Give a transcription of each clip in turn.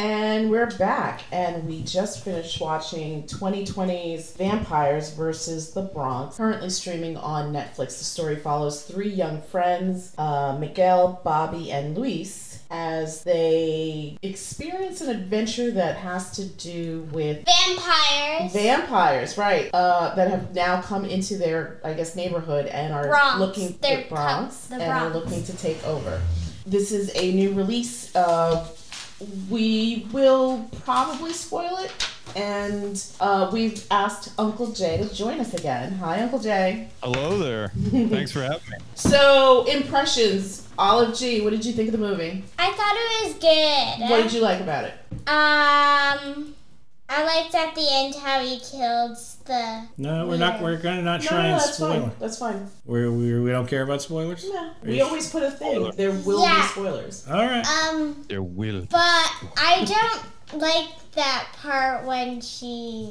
are back, and we just finished watching 2020's Vampires versus the Bronx, currently streaming on Netflix. The story follows three young friends, uh, Miguel, Bobby, and Luis, as they experience an adventure that has to do with Vampires. vampires, right? Uh, that have now come into their, I guess, neighborhood and are Bronx. looking They're the Bronx co- the and are Bronx. looking to take over. This is a new release. Uh, we will probably spoil it, and uh, we've asked Uncle Jay to join us again. Hi, Uncle Jay. Hello there. Thanks for having me. So impressions. Olive G, what did you think of the movie? I thought it was good. What did you like about it? um, I liked at the end how he killed the. No, we're not. We're gonna not No, try no, and that's spoil. fine. That's fine. We're, we're, we don't care about spoilers. No, Are we you- always put a thing. There will be Yeah. spoilers. All right. Um, There will. but I don't like that part when she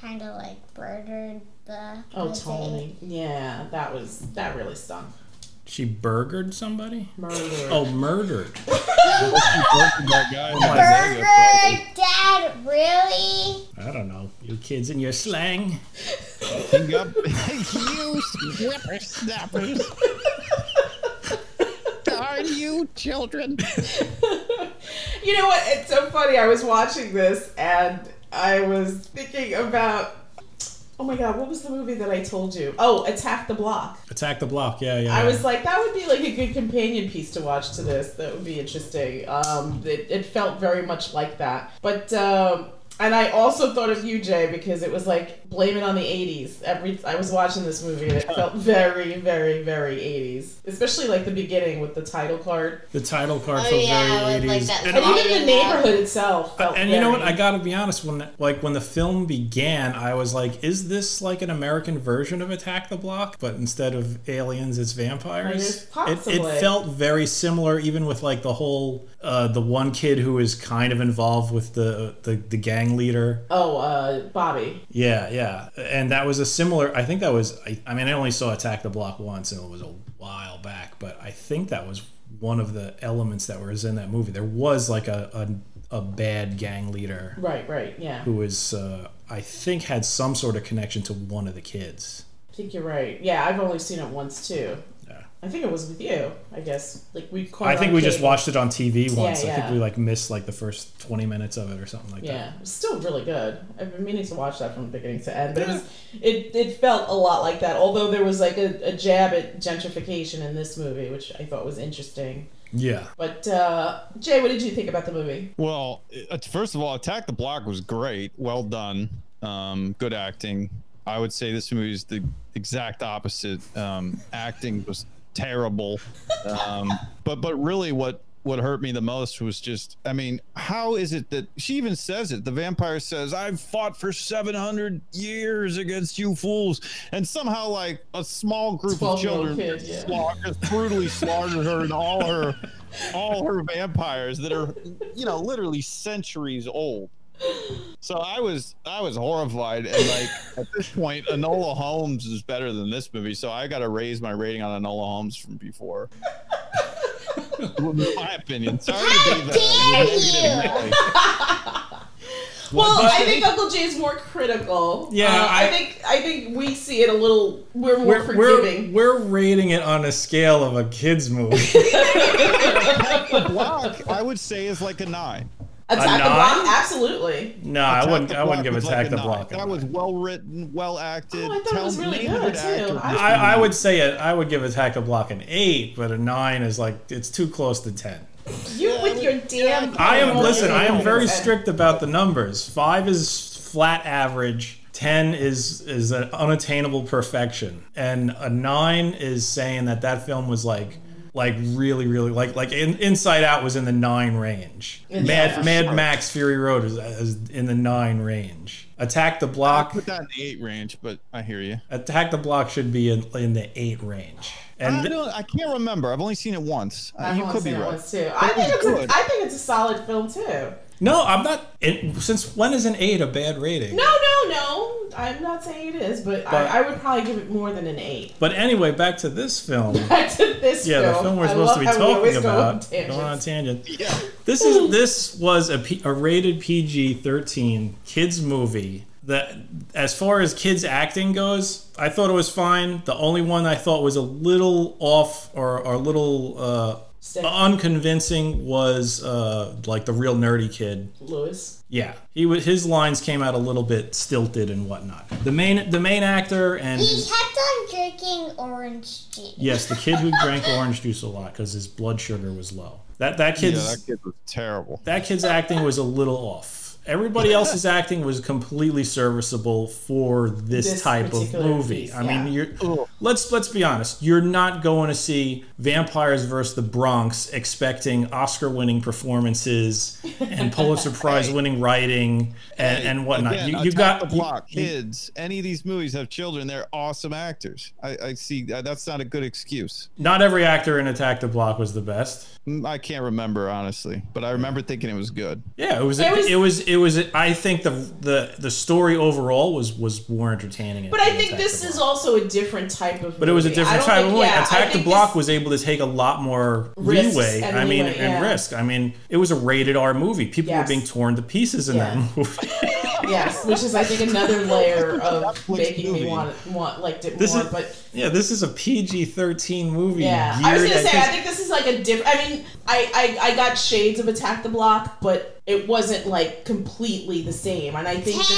kind of like murdered the. Oh, the Tony. Yeah, that was that really stung. She burgered somebody. Murder. Oh, murdered. that guy in my Burger, Vegas, Dad, really? I don't know. You kids and your slang. probably. He got- you whippersnappers. Darn you children. you know what? It's so funny. I was watching this and I was thinking about. Oh my god, what was the movie that I told you? Oh, Attack the Block. Attack the block. Yeah, yeah. I yeah. was like, that would be like a good companion piece to watch to this. That would be interesting. Um, it, it felt very much like that. But um, and I also thought of you, Jay, because it was like blame it on the '80s. Every I was watching this movie, and it felt very, very, very '80s, especially like the beginning with the title card, The title card Oh, felt yeah, very with, like, 80s. that and and Oh, even the yeah. neighborhood itself. Felt and you know what? very- I gotta be honest. When like when the film began, I was like, "Is this like an American version of Attack the Block?" But instead of aliens, it's vampires. Like, it's It, it possibly. felt very similar, even with like the whole uh, the one kid who is kind of involved with the the, the gang leader. oh, uh, Bobby. Yeah, yeah, and that was a similar. I think that was. I, I mean, I only saw Attack the Block once, and it was a while back. But I think that was one of the elements that was in that movie. There was like a a, a bad gang leader Right, right, yeah. who was, uh, I think, had some sort of connection to one of the kids. I think you're right. Yeah, I've only seen it once too. Yeah. I think it was with you. I guess like we. caught I it think on we just cable. watched it on TV once. I Oh, yeah. think we like missed like the first twenty minutes of it or something like that. Yeah, it's still really good. I've been meaning to watch that from beginning to end, but it was it, it felt a lot like that. Although there was like a, a jab at gentrification in this movie, which I thought was interesting. Yeah, But uh, Jay, what did you think about the movie? Well, it- first of all, Attack the Block was great. Well done. Um, good acting. I would say this movie is the exact opposite. Um, acting was terrible. Um, but but really, what what hurt me the most was just I mean, how is it that she even says it? The vampire says, "I've fought for seven hundred years against you fools," and somehow like a small group of 12-year-old children kid, yeah. slaughtered, brutally slaughtered her and all her all her vampires that are you know literally centuries old so i was i was horrified and like at this point anola holmes is better than this movie so i gotta raise my rating on anola holmes from before in my opinion sorry to be the dare negative you! guy. Well, but- I think Uncle Jay is more critical. Yeah, Uh, I, I- think I think we see it a little. We're more we're we're, forgiving. we're rating it on a scale of a kids movie. Block, i would say is like a nine Attack the nine? Block, absolutely. no, I Attack wouldn't. the I wouldn't Block give was Attack like a the nine. Block. a that nine. was well written well acted Oh, I thought it Tell was me really a good, too. actor. I- I, I would say it. I would give Attack a Block an eight, but a nine is like it's too close to ten. You with your damn. I am Oh, listen. I am very okay. strict about the numbers. Five is flat average. Ten is is an unattainable perfection, and a nine is saying that that film was like. Like really, really like like in, Inside Out was in the nine range. Yeah, Mad for Mad Max Fury Road is, is in the nine range. Attack the Block. put that in the eight range but i hear you Attack the Block should be in, in the eight range. And I, don't, I can't remember. I've only seen it once. Uh, I you wanna could say be that right. was too. I it think was it's a, good. I think it's a solid film too. No, I'm not. It, since when is an eight a bad rating? No, no, no. I'm not saying it is, but, But- I, I would probably give it more than an eight. But anyway, back to this film. Back to this Yeah, film. the film we're I supposed love to be how we talking always go on about. Going tangents. on a tangent. Yeah. This is this was a, P, a rated PG thirteen kids movie. That as far as kids acting goes, I thought it was fine. The only one I thought was a little off or, or a little uh, Stick. unconvincing was uh, like the real nerdy kid. Lewis. Yeah, he was his lines came out a little bit stilted and whatnot. The main the main actor and He his, kept on drinking orange juice. yes, the kid who drank orange juice a lot because his blood sugar was low. That that Yeah, kid's that kid was terrible. that kid's acting was a little off. Everybody else's acting was completely serviceable for this, This type of particular movie. piece, I yeah. mean, you're let's let's be honest. You're not going to see Vampires versus the Bronx expecting Oscar-winning performances and Pulitzer Prize-winning writing and, and whatnot. Again, uh, you, you Attack got the block you- kids. Any of these movies have children. They're awesome actors. I, I see. uh, That's not a good excuse. not every actor in Attack the Block was the best. Mm, I can't remember honestly, but I remember thinking it was good. Yeah, it was. It It was. was- It was. I think the the the story overall was was more entertaining. But I think this is also a different type of. But it was a movie. I different don't type of think- movie. yeah, I Attack the think Block this- was able to take a lot more Risks leeway. and I mean, leeway, and yeah. risk. I mean, it was a rated R movie. People were Yes. being torn to pieces in Yeah. that movie. Yes, which is I think another layer of Netflix making movie. me want want liked it This more. is- but yeah, this is a PG thirteen movie. yeah, I was geared gonna at say I kids. think this is like a different. I mean, I, I I got shades of Attack the Block, but it wasn't like completely the same. And I think that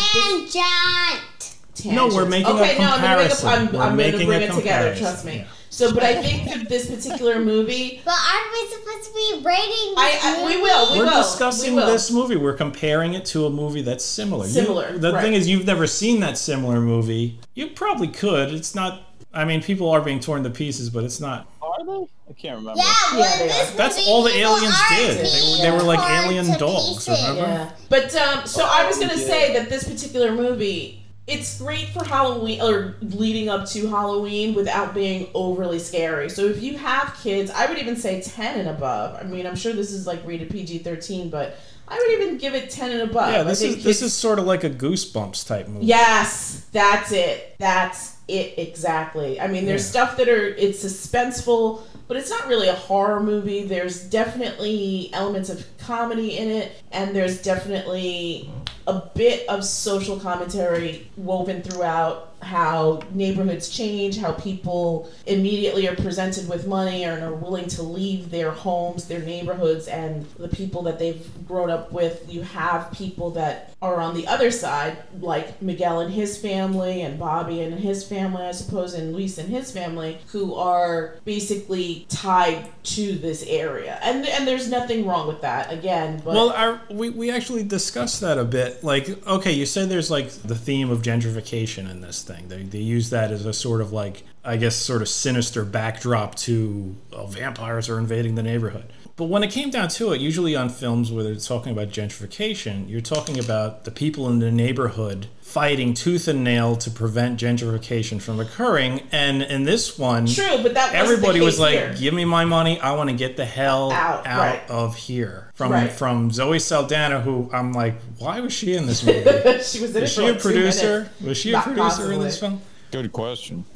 this Tangent. No, we're tangents. making a okay, no, I'm gonna make comparison. a, I'm, We're I'm making a gonna bring it together. comparison, Trust me. yeah. So, but I think that this particular movie, But aren't we supposed to be rating? I, I we will, we we're will, discussing we will. this movie. We're comparing it to a movie that's similar. You- Similar, the right. thing is, you've never seen that similar movie. You probably could. It's not. I mean, people are being torn to pieces, but it's not. Are they? I can't remember. Yeah, Yeah, well, they this are. That's movie, all the people aliens are did. They- they were being like torn alien to dogs, pieces. remember? Yeah. But um, so I was Oh, gonna yeah. say that this particular movie, it's great for Halloween or leading up to Halloween without being overly scary. So if you have kids, I would even say ten and above. I mean, I'm sure this is like rated PG thirteen, but I would even give Uh, it ten and above. Yeah, I this think is this kids- is sort of like a Goosebumps type movie. Yes, that's it. That's it exactly. I mean, there's Yeah. stuff that are it's suspenseful, but it's not really a horror movie. There's definitely elements of comedy in it, and there's definitely a bit of social commentary woven throughout how neighborhoods change, how people immediately are presented with money and are willing to leave their homes, their neighborhoods, and the people that they've grown up with. You have people that are on the other side, like Miguel and his family, and Bobby and his family, I suppose, and Luis and his family, who are basically tied to this area. And and there's nothing wrong with that, again. But Well, our, we, we actually discussed that a bit. Like, okay, you say there's like the theme of gentrification in this thing. They, they use that as a sort of like, I guess, sort of sinister backdrop to oh, vampires are invading the neighborhood. But when it came down to it, usually on films where they're talking about gentrification, you're talking about the people in the neighborhood fighting tooth and nail to prevent gentrification from occurring. And in this one, true, but that wasn't the everybody was case like, here. "Give me my money. I want to get the hell out, Out, right. of here." From Right. from Zoe Saldana, who I'm like, "Why was she in this movie? she was in it Was for she a like two producer? minutes. Was she a Not producer in this possibly. film?" Good question.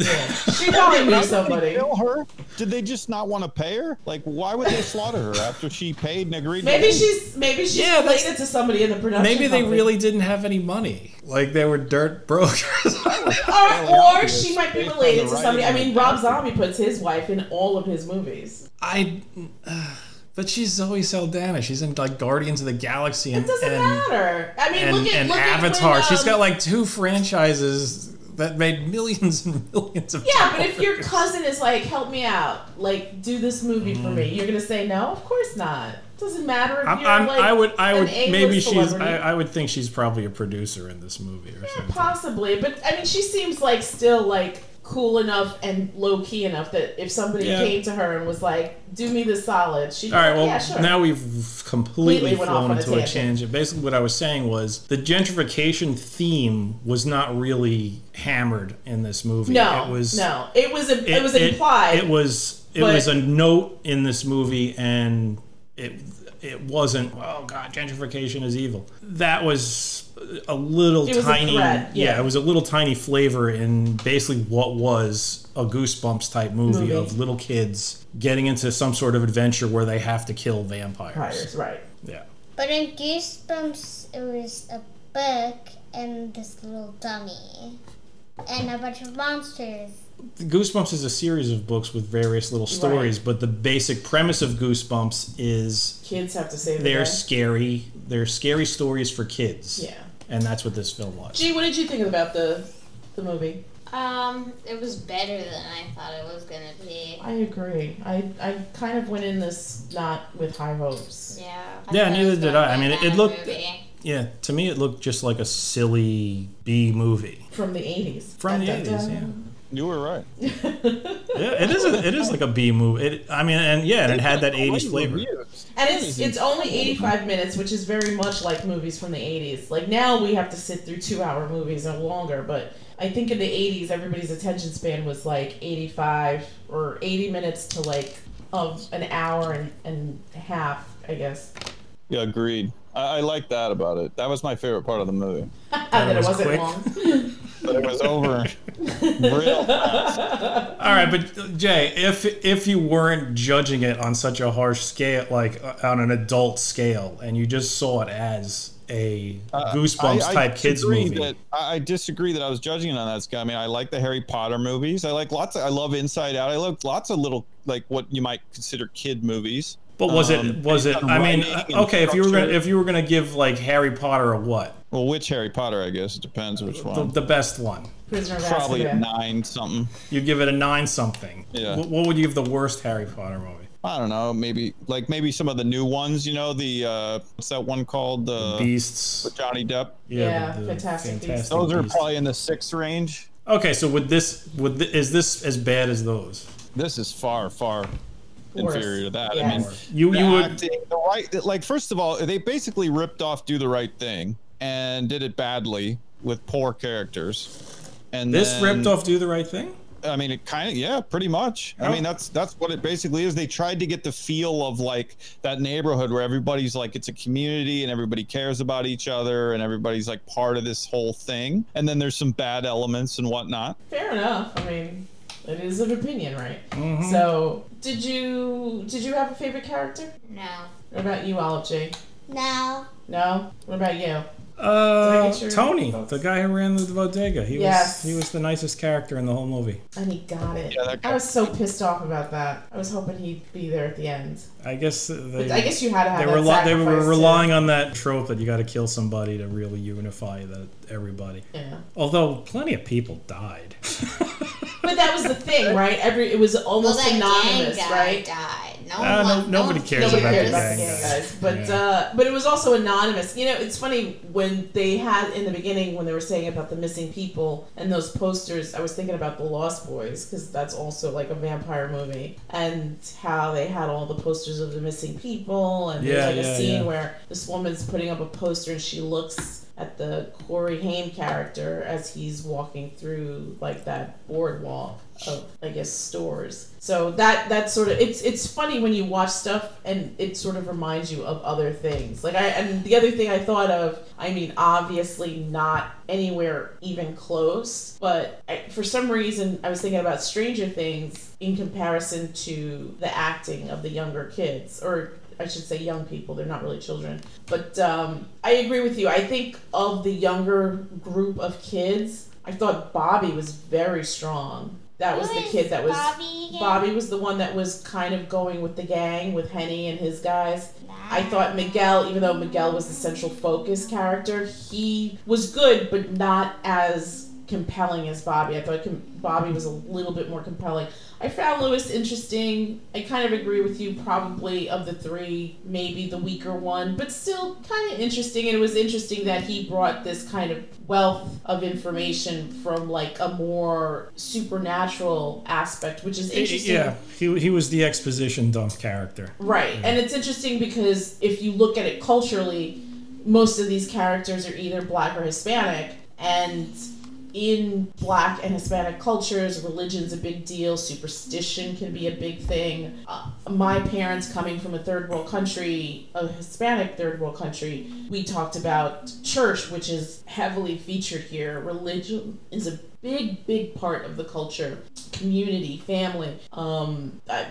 She probably knew somebody. Kill her? Did they just not want to pay her? Like, why would they slaughter her after she paid and agreed? to Maybe leave? she's maybe she's Yeah, that's- related to somebody in the production. Maybe they company. really didn't have any money. Like they were dirt broke. Or, or she might be Based on related the to somebody. I writing mean, and Rob the Zombie puts his wife in all of his movies. I. but she's Zoe Saldana. She's in like Guardians of the Galaxy and It doesn't and, matter. I mean, and, look at and look Avatar. At when, She's um, got like two franchises that made millions and millions of Yeah, but if dollars. your cousin is like, "Help me out, like do this movie for me," you're gonna say no. Of course not. Doesn't matter if Mm. I'm, you're I'm, like I would, I an would, A-list maybe she's. celebrity. I, I would think she's probably a producer in this movie or Yeah, something. possibly, but I mean, she seems like still like cool enough and low key enough that if somebody Yeah. came to her and was like, "Do me this solid," she'd be All right. like, Well, "Yeah, sure." now we've completely Completely went off flown on a into a tangent. tangent. Basically, what I was saying was the gentrification theme was not really hammered in this movie. no, it was. no, it was it, was implied. It, was. It but- was a note in this movie, and it it wasn't oh god gentrification is evil that was a little It was a tiny threat, yeah. yeah. it was a little tiny flavor in basically what was a goosebumps type movie, Movie. of little kids getting into some sort of adventure where they have to kill vampires Priors, right. yeah But in Goosebumps, it was a book and this little dummy and a bunch of monsters. Goosebumps is a series of books with various little stories, but the basic premise of Goosebumps is Kids have to save the they're day. scary. They're scary stories for kids. Yeah. And that's what this film was. Gee, what did you think about the the movie? Um, it was better than I thought it was gonna be. I agree. I, I kind of went in this not with high hopes. Yeah. Yeah, thought it neither was did gonna I. I be a mean, it- bad it looked- movie. Yeah, to me it looked just like a silly B movie From the 80s. from the Dun, dun, eighties. Yeah. You were right. yeah, it is. A, it is like a B movie. It, I mean, and yeah, and it had that eighties flavor. And it's it's only 85 minutes, which is very much like movies from the 80s. Like now we have to sit through 2-hour movies or longer, but I think in the 80s everybody's attention span was like 85 or 80 minutes to like of an hour and, and a half, I guess. Yeah, agreed. I, I like that about it. That was my favorite part of the movie. that was it wasn't quick. long. But it was over real fast. All right, but uh, Jay, if if you weren't judging it on such a harsh scale, like uh, on an adult scale, and you just saw it as a Goosebumps Uh, I- I type kids disagree movie, That, I, I disagree that I was judging it on that. Scott. I mean, I like the Harry Potter movies. I like lots. Of, I love Inside Out. I love lots of little like what you might consider kid movies. but was it um, was it? based on I mean, writing uh, and okay, if you were gonna, structure. if you were gonna give like Harry Potter a what, Well, which Harry Potter? I guess it depends which the, one. the best one, Prisoner of Probably a Azkaban. nine something. you give it a nine something. Yeah. What, what would you give the worst Harry Potter movie? I don't know. Maybe like maybe some of the new ones. You know the uh, what's that one called? Uh, Beasts. with Johnny Depp. Yeah, Fantastic Beasts. Those are Beasts. probably in the six range. Okay, so would this would th- is this as bad as those? This is far far Worse. inferior to that. I Yes. mean, You the you would acting, the right like first of all they basically ripped off do the right thing and did it badly with poor characters and this then- ripped off do the right thing? i mean it kind of yeah pretty much i Yeah. mean that's that's what it basically is they tried to get the feel of like that neighborhood where everybody's like it's a community and everybody cares about each other and everybody's like part of this whole thing and then there's some bad elements and whatnot Fair enough. I mean, it is an opinion, right? So, did you did you have a favorite character? No. What about you, Olive J? Now, No. What about you? Did I Uh, get your Tony, thoughts? the guy who ran the bodega, he Yes. was he was the nicest character in the whole movie. And he got it. Yeah, that I was so pissed off about that. I was hoping he'd be there at the end. I guess But I they guess you had to have they that were li- they were sacrifice to- relying on that trope that you got to kill somebody to really unify the everybody. Yeah. Although plenty of people died. But that was the thing, right? Every it was Well, almost that anonymous, gang guy right? died. No, Uh, one, no- loved- nobody one- cares Nobody about cared the about the gang gang guys. guys, but Yeah. uh, but it was also anonymous. You know, it's funny when they had in the beginning when they were saying about the missing people and those posters. I was thinking about the Lost Boys because that's also like a vampire movie, and how they had all the posters of the missing people, and Yeah, there's like yeah, a scene yeah. where this woman's putting up a poster and she looks at the Corey Haim character as he's walking through like that boardwalk of I guess stores. So that that sort of it's it's funny when you watch stuff and it sort of reminds you of other things. Like I and the other thing I thought of, I mean obviously not anywhere even close, but I, for some reason I was thinking about Stranger Things in comparison to the acting of the younger kids or I should say young people. They're not really children. But um, I agree with you. I think of the younger group of kids, I thought Bobby was very strong. That was who the is kid that was. Bobby. again? Bobby was the one that was kind of going with the gang with Henny and his guys. I Nah. thought Miguel, even though Miguel was the central focus character, he was good, but not as compelling as Bobby. I thought com- Bobby was a little bit more compelling. I found Lewis interesting. I kind of agree with you, probably of the three, maybe the weaker one, but still kind of interesting. And it was interesting that he brought this kind of wealth of information from like a more supernatural aspect, which is interesting. yeah, he he was the exposition dump character. Right. And it's interesting because if you look at it culturally, most of these characters are either black or Hispanic. And in Black and Hispanic cultures, religion's a big deal, superstition can be a big thing. Uh, my parents, coming from a third world country, a Hispanic third world country, we talked about church, which is heavily featured here. Religion is a big, big part of the culture, community, family. Um, I,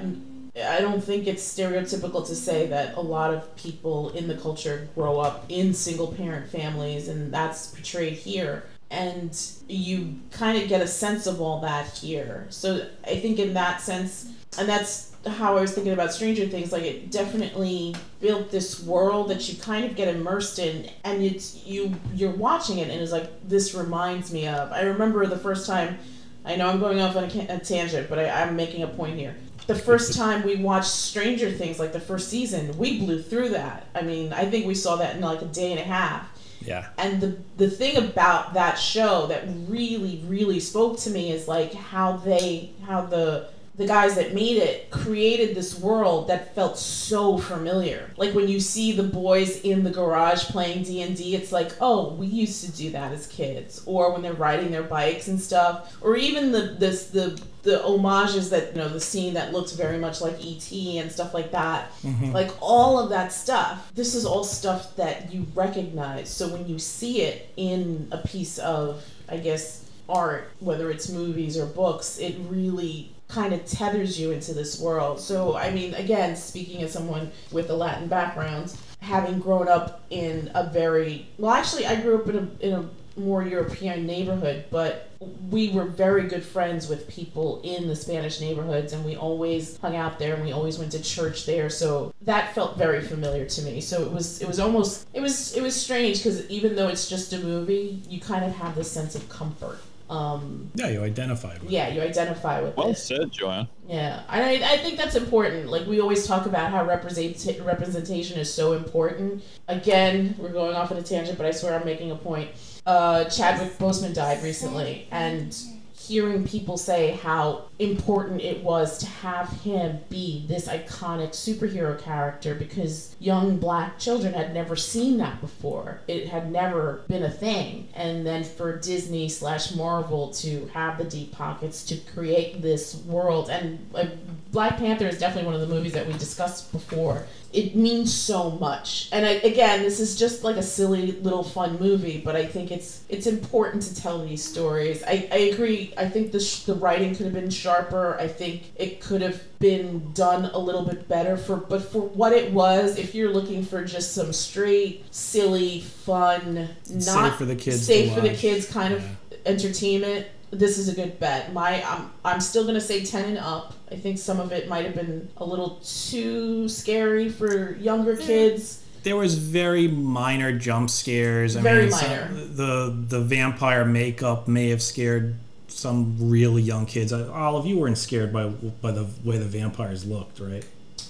I don't think it's stereotypical to say that a lot of people in the culture grow up in single parent families, and that's portrayed here. And you kind of get a sense of all that here. So I think, in that sense, and that's how I was thinking about Stranger Things, like it definitely built this world that you kind of get immersed in, and it's you you're watching it, and it's like this reminds me of. I remember the first time. I know I'm going off on a, ca- a tangent, but I, I'm making a point here the first time we watched Stranger Things, like the first season, we blew through that. I mean, I think we saw that in like a day and a half. Yeah. And the the thing about that show that really really spoke to me is like how they how the the guys that made it created this world that felt so familiar. Like when you see the boys in the garage playing D&D, it's like, "Oh, we used to do that as kids." Or when they're riding their bikes and stuff, or even the this the the homages that, you know, the scene that looks very much like ET and stuff like that. Like all of that stuff. This is all stuff that you recognize. So when you see it in a piece of, I guess, art, whether it's movies or books, it really kind of tethers you into this world. So, I mean, again, speaking as someone with a Latin background, having grown up in a very well, actually, I grew up in a, in a more European neighborhood, but we were very good friends with people in the Spanish neighborhoods, and we always hung out there, and we always went to church there. So that felt very familiar to me. So it was, it was almost, it was, it was strange because even though it's just a movie, you kind of have this sense of comfort. Um, Yeah, you identified with. it. yeah, you identify with Well it. said, Joanne. Yeah, and I, I think that's important. Like we always talk about how represent- representation is so important. Again, we're going off on a tangent, but I swear I'm making a point. Uh, Chadwick Boseman died recently, and hearing people say how important it was to have him be this iconic superhero character because young black children had never seen that before. It had never been a thing. And then for Disney slash Marvel to have the deep pockets to create this world. And uh, Black Panther is definitely one of the movies that we discussed before. It means so much. And I, again, this is just like a silly little fun movie, but I think it's it's important to tell these stories. I, I agree. I think the, sh- the writing could have been sharper. I think it could have been done a little bit better for but for what it was, if you're looking for just some straight, silly, fun, not safe for the kids safe to for the watch. kids kind of entertainment. This is a good bet. My, I'm, I'm still gonna say ten and up. I think some of it might have been a little too scary for younger kids. There was very minor jump scares. I Very mean, some- minor. the the vampire makeup may have scared some really young kids. Uh, All of you weren't scared by by the way the vampires looked, right?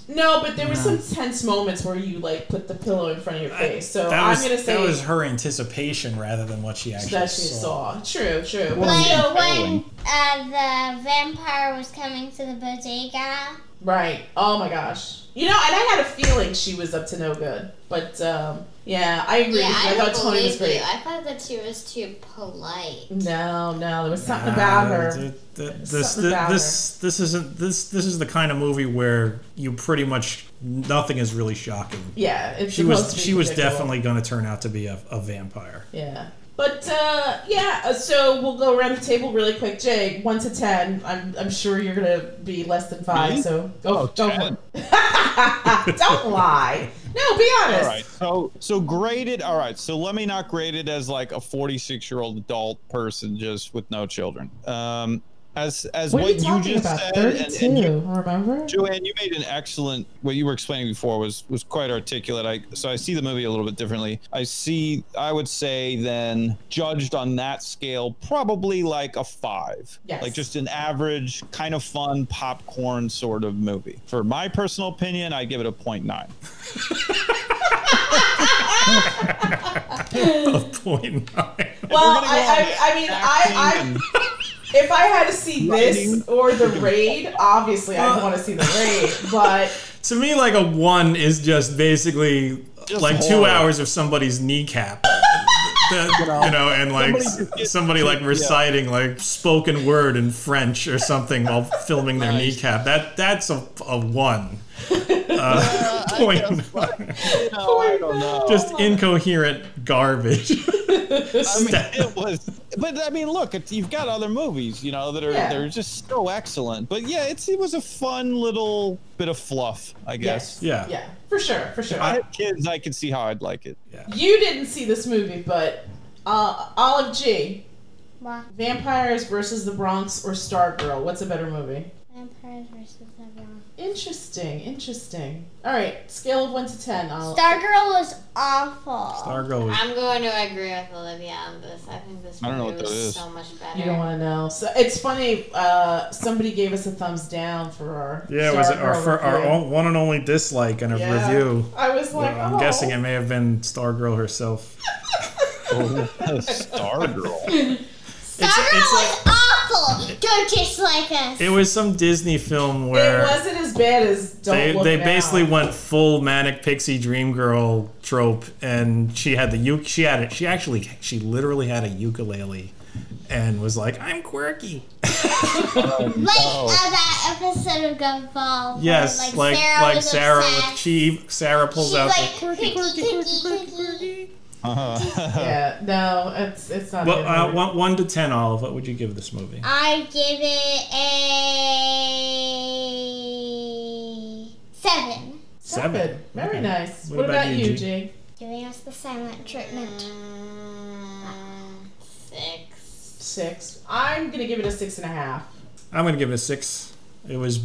No, but there were No. some tense moments where you like put the pillow in front of your face. So that I'm was, gonna say that was her anticipation rather than what she actually that she saw. saw. True, true. But Like still, when uh, the vampire was coming to the bodega. Right. Oh my gosh. You know, and I had a feeling she was up to no good. But um, yeah, I agree. with Yeah, you. I I don't thought Tony was believe great. you. I thought that she was too polite. No, no, there was something Ah, about her. th- th- this, Something about this, this isn't this. This is the kind of movie where you pretty much nothing is really shocking. Yeah, it's She supposed was to be she was predictable. definitely going to turn out to be a, a vampire. yeah. But uh, yeah, uh, so we'll go around the table really quick. Jay, one to ten. I'm I'm sure you're gonna be less than five. Me? So go, Oh, go for it. Don't lie. No, be honest. All right. So so graded. All right. So let me not grade it as like a 46 year old adult person just with no children. Um, as as What, what, are you you talking just about? said, and, Thirty-two. and you- remember? Joanne, you made an excellent. What you were explaining before was was quite articulate. I so I see the movie a little bit differently. I see. I would say then judged on that scale, probably like a five. Yes. Like just an average, kind of fun popcorn sort of movie. For my personal opinion, I give it a point nine. Point nine. Well, We're gonna go I, I, I mean, I, acting I, if I had to see this Lighting. or the raid, obviously I'd Uh. want to see the raid. But to me, like a one is just basically Just like two horror. hours of somebody's kneecap. that, you know, and like somebody, like reciting like spoken word in French or something while filming their Nice. kneecap. That that's a, a one. Uh, point. No, I don't know. Just incoherent garbage. I mean, it was, but I mean, look, it- you've got other movies, you know, that are Yeah. they're just so excellent. But yeah, it's it was a fun little bit of fluff, I guess. Yeah. Yeah, for sure, for sure. If I had kids, I could see how I'd like it. you didn't see this movie, but uh, Olive G, Wha- Vampires versus the Bronx or Stargirl. What's a better movie? Vampires versus everyone. Interesting, interesting. All right, scale of one to ten. I'll, Stargirl was awful. Stargirl was I'm going to agree with Olivia on this. I think this I don't know movie what that was is. so much better. you don't want to know. So it's funny. Uh, somebody gave us a thumbs down for our yeah, it was our Stargirl fir- our review. own- one and only dislike in a Yeah. review. I was like, I'm oh. guessing it may have been Stargirl herself. Star Girl. Stargirl it's was awful. Don't dislike us. It was some Disney film It where wasn't as bad as Don't they, Look they Now. basically went full manic pixie dream girl trope and she had the u- she had it she actually she literally had a ukulele and was like i'm quirky like Oh. uh, that episode of Gumball. where, yes like like sarah, was with obsessed. she sarah pulls She's out like, the quirky, quirky, quirky, quirky. uh, Uh-huh. Yeah, no, it's it's not. well, good uh, movie. one, one to ten olive what would you give this movie I give it a seven. Seven. Very Okay. nice. What, What about, about you, you, G? Giving us the silent treatment. Mm, six. Six. I'm gonna give it a six and a half. i'm gonna give it a six it was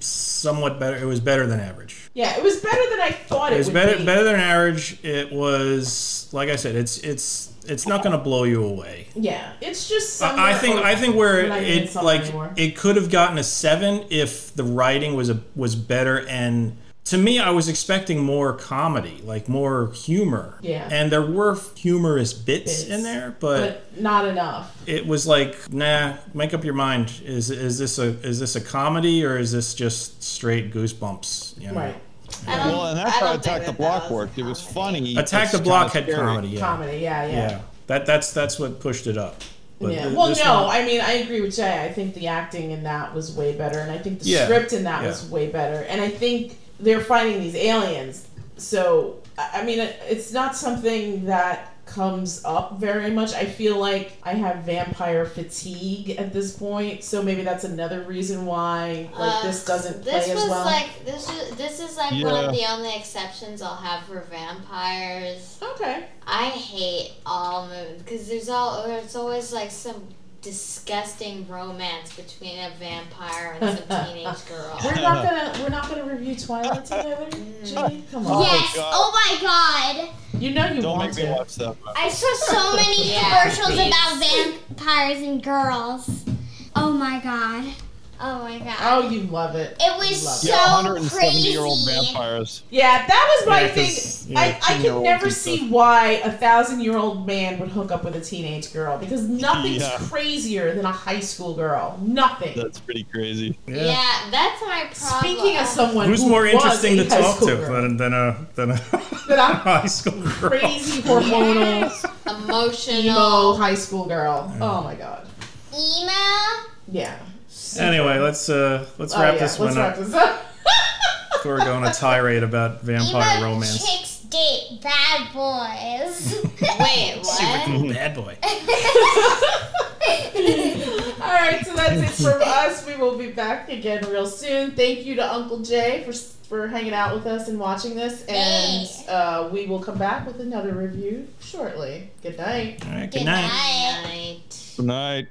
somewhat better it was better than average Yeah, it was better than I thought it, It was would better be. better than average. It was like I said, it's it's it's not gonna blow you away. Yeah, it's just. I, I somewhere think over- I think where We're not getting it something like anymore. it could have gotten a seven if the writing was a was better and to me I was expecting more comedy, like more humor. Yeah. And there were humorous bits, Bits. in there, but not enough. it was like, nah, make up your mind. Is is this a is this a comedy or is this just straight goosebumps? You know? Right. I don't, Well, and that's how I don't think Attack the that Block that was worked. It was comedy. funny. Attack it's the kinda Block had scary. comedy, yeah. Comedy. Yeah, yeah. Yeah, that that's that's what pushed it up. Yeah. But th- Well, this no, one- I mean, I agree with Jay. I think the acting in that was way better, and I think the Yeah. script in that Yeah. was way better. And I think they're finding these aliens. So, I I mean, it- it's not something that comes up very much. I feel like I have vampire fatigue at this point, so maybe that's another reason why like Uh, this doesn't this play was as well. like this is this is like one Yeah. of the only exceptions I'll have for vampires. okay. I hate all movies because there's all there's always like some disgusting romance between a vampire and some teenage girl. We're not gonna we're not gonna review Twilight together, Jenny. Come on, yes. God. Oh my god. you know you Don't want make me to. watch that. I saw so many Yeah, commercials please. about vampires and girls. Oh my god. Oh my god. Oh, you love it. It was Love it. so Yeah, 170 crazy. year old vampires. Yeah, that was my Yeah, thing. 'cause, yeah, I, I could teen-year-olds never and see stuff. why a thousand year old man would hook up with a teenage girl because nothing's Yeah. crazier than a high school girl. Nothing. That's pretty crazy. yeah. that's my problem. Speaking of someone Who's who more was interesting a to high talk school to girl, than, than a than a than a high school girl? crazy hormonal emo emotional. high school girl. Oh my god. Emo? Yeah. Anyway, let's uh let's Oh, wrap yeah. this Let's one wrap up. this up. Before we go on a tirade about vampire Emo romance. chicks date bad boys. Wait, what? Bad boy. All right, so that's it from us. We will be back again real soon. Thank you to Uncle Jay for for hanging out with us and watching this, and Yay. uh, we will come back with another review shortly. Good night. All right, Good night. Night. Good night.